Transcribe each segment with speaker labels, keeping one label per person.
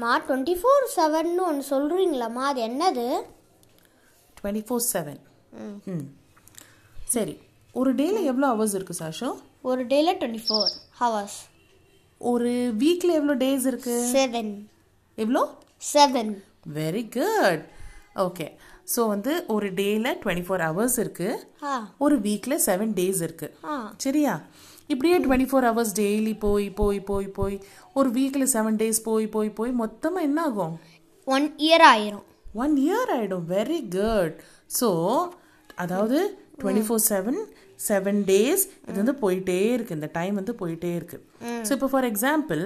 Speaker 1: மா twenty four செவன்னு ஒன்று சொல்கிறீங்களாம்மா அது என்னது
Speaker 2: டுவெண்ட்டி ஃபோர் செவன் ம் சரி ஒரு டேயில் எவ்வளோ ஹவர்ஸ் இருக்குது சாஷோ
Speaker 1: ஒரு டேல டுவெண்ட்டி ஃபோர் ஹவர்ஸ்
Speaker 2: ஒரு வீக்கில் எவ்வளோ டேஸ் இருக்குது
Speaker 1: செவன்
Speaker 2: எவ்வளோ
Speaker 1: seven
Speaker 2: very good okay so வந்து ஒரு டேயில் டுவெண்ட்டி ஃபோர் ஹவர்ஸ் இருக்குது
Speaker 1: ஆ
Speaker 2: ஒரு வீக்கில் செவன் டேஸ் இருக்குது
Speaker 1: ஆ
Speaker 2: சரியா இப்படியே டுவெண்ட்டி ஃபோர் ஹவர்ஸ் டெய்லி போய் போய் போய் போய் ஒரு வீக்கில் செவன் டேஸ் போய் போய் போய் மொத்தமாக என்ன ஆகும்
Speaker 1: ஒன் இயர் ஆயிரும்
Speaker 2: ஒன் இயர் ஆகிடும் வெரி குட் ஸோ அதாவது twenty four seven seven days இது வந்து போயிட்டே இருக்கு இந்த டைம் வந்து போயிட்டே இருக்கு ஸோ இப்போ ஃபார் எக்ஸாம்பிள்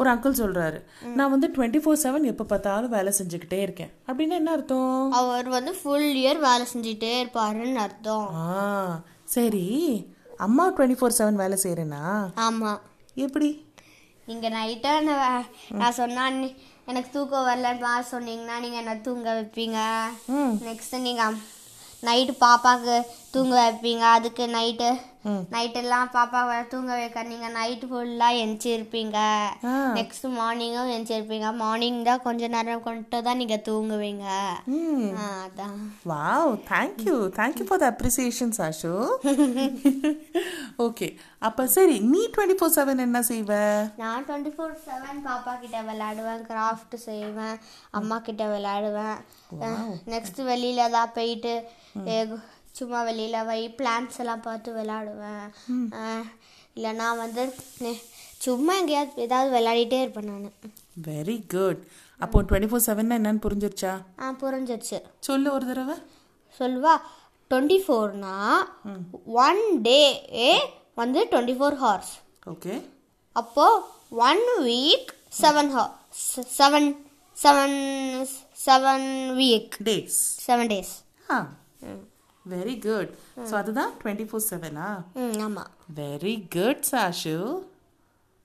Speaker 2: ஒரு அங்கிள் சொல்றாரு நான் வந்து டுவெண்ட்டி ஃபோர் செவன் எப்போ பார்த்தாலும் வேலை செஞ்சுக்கிட்டே இருக்கேன் அப்படின்னா என்ன அர்த்தம்
Speaker 1: அவர் வந்து ஃபுல் இயர் வேலை செஞ்சுட்டே இருப்பாருன்னு அர்த்தம்
Speaker 2: ஆ சரி அம்மா டுவெண்ட்டி ஃபோர் செவன் வேலை செய்கிறேன்னா
Speaker 1: ஆமாம்
Speaker 2: எப்படி
Speaker 1: நீங்க நைட்டா நான் நான் சொன்னா நீ- எனக்கு தூக்கம் வரலன்னு பா சொன்னீங்கன்னா நீங்க என்ன தூங்க வைப்பீங்க நெக்ஸ்ட் நீங்க நைட்டு பாப்பாக்கு தூங்க வைப்பீங்க அதுக்கு நைட்டு நைட்டெல்லாம் பாப்பாவை தூங்க வைக்க நீங்க நைட்டு ஃபுல்லாக எந்திரிச்சிருப்பீங்க
Speaker 2: ஆ.
Speaker 1: நெக்ஸ்ட் மார்னிங்கும் எந்திரிச்சிருப்பீங்க மார்னிங் தான் கொஞ்ச நேரம் கொண்டு தான் நீங்க தூங்குவீங்க
Speaker 2: ம்
Speaker 1: ஆ, அதான்
Speaker 2: wow thank you thank you for the appreciation Sashu okay அப்போ சரி நீ டுவெண்ட்டி ஃபோர் செவன் என்ன செய்வ
Speaker 1: நான் டுவெண்ட்டி ஃபோர் செவன் பாப்பா கிட்ட விளையாடுவேன் கிராஃப்ட் செய்வேன் அம்மா கிட்ட விளையாடுவேன் நெக்ஸ்ட் வெளியில தான் போயிட்டு ஏ, சும்மா வெளியில போய் பிளான்ஸ் எல்லாம் பார்த்து விளையாடுவேன் அஹ், இல்லைன்னா வந்து நெ- சும்மா எங்கேயாவது ஏதாவது விளையாடிட்டே இருப்பேன் நான்
Speaker 2: வெரி குட் அப்போ டுவெண்ட்டி ஃபோர் செவன் என்னன்னு புரிஞ்சிருச்சா
Speaker 1: ஆ புரிஞ்சிருச்சு
Speaker 2: சொல்லு ஒரு தடவை
Speaker 1: சொல்வா டுவெண்ட்டி ஃபோர்னா ஒன் டே வந்து டுவெண்ட்டி ஃபோர் ஹார்ஸ்
Speaker 2: ஓகே
Speaker 1: அப்போ one week seven seven seven seven week
Speaker 2: days
Speaker 1: seven days
Speaker 2: ah very good so அதுதான் டுவெண்ட்டி ஃபோர் செவனா
Speaker 1: ம் ஆமாம்
Speaker 2: வெரி குட் சாஷு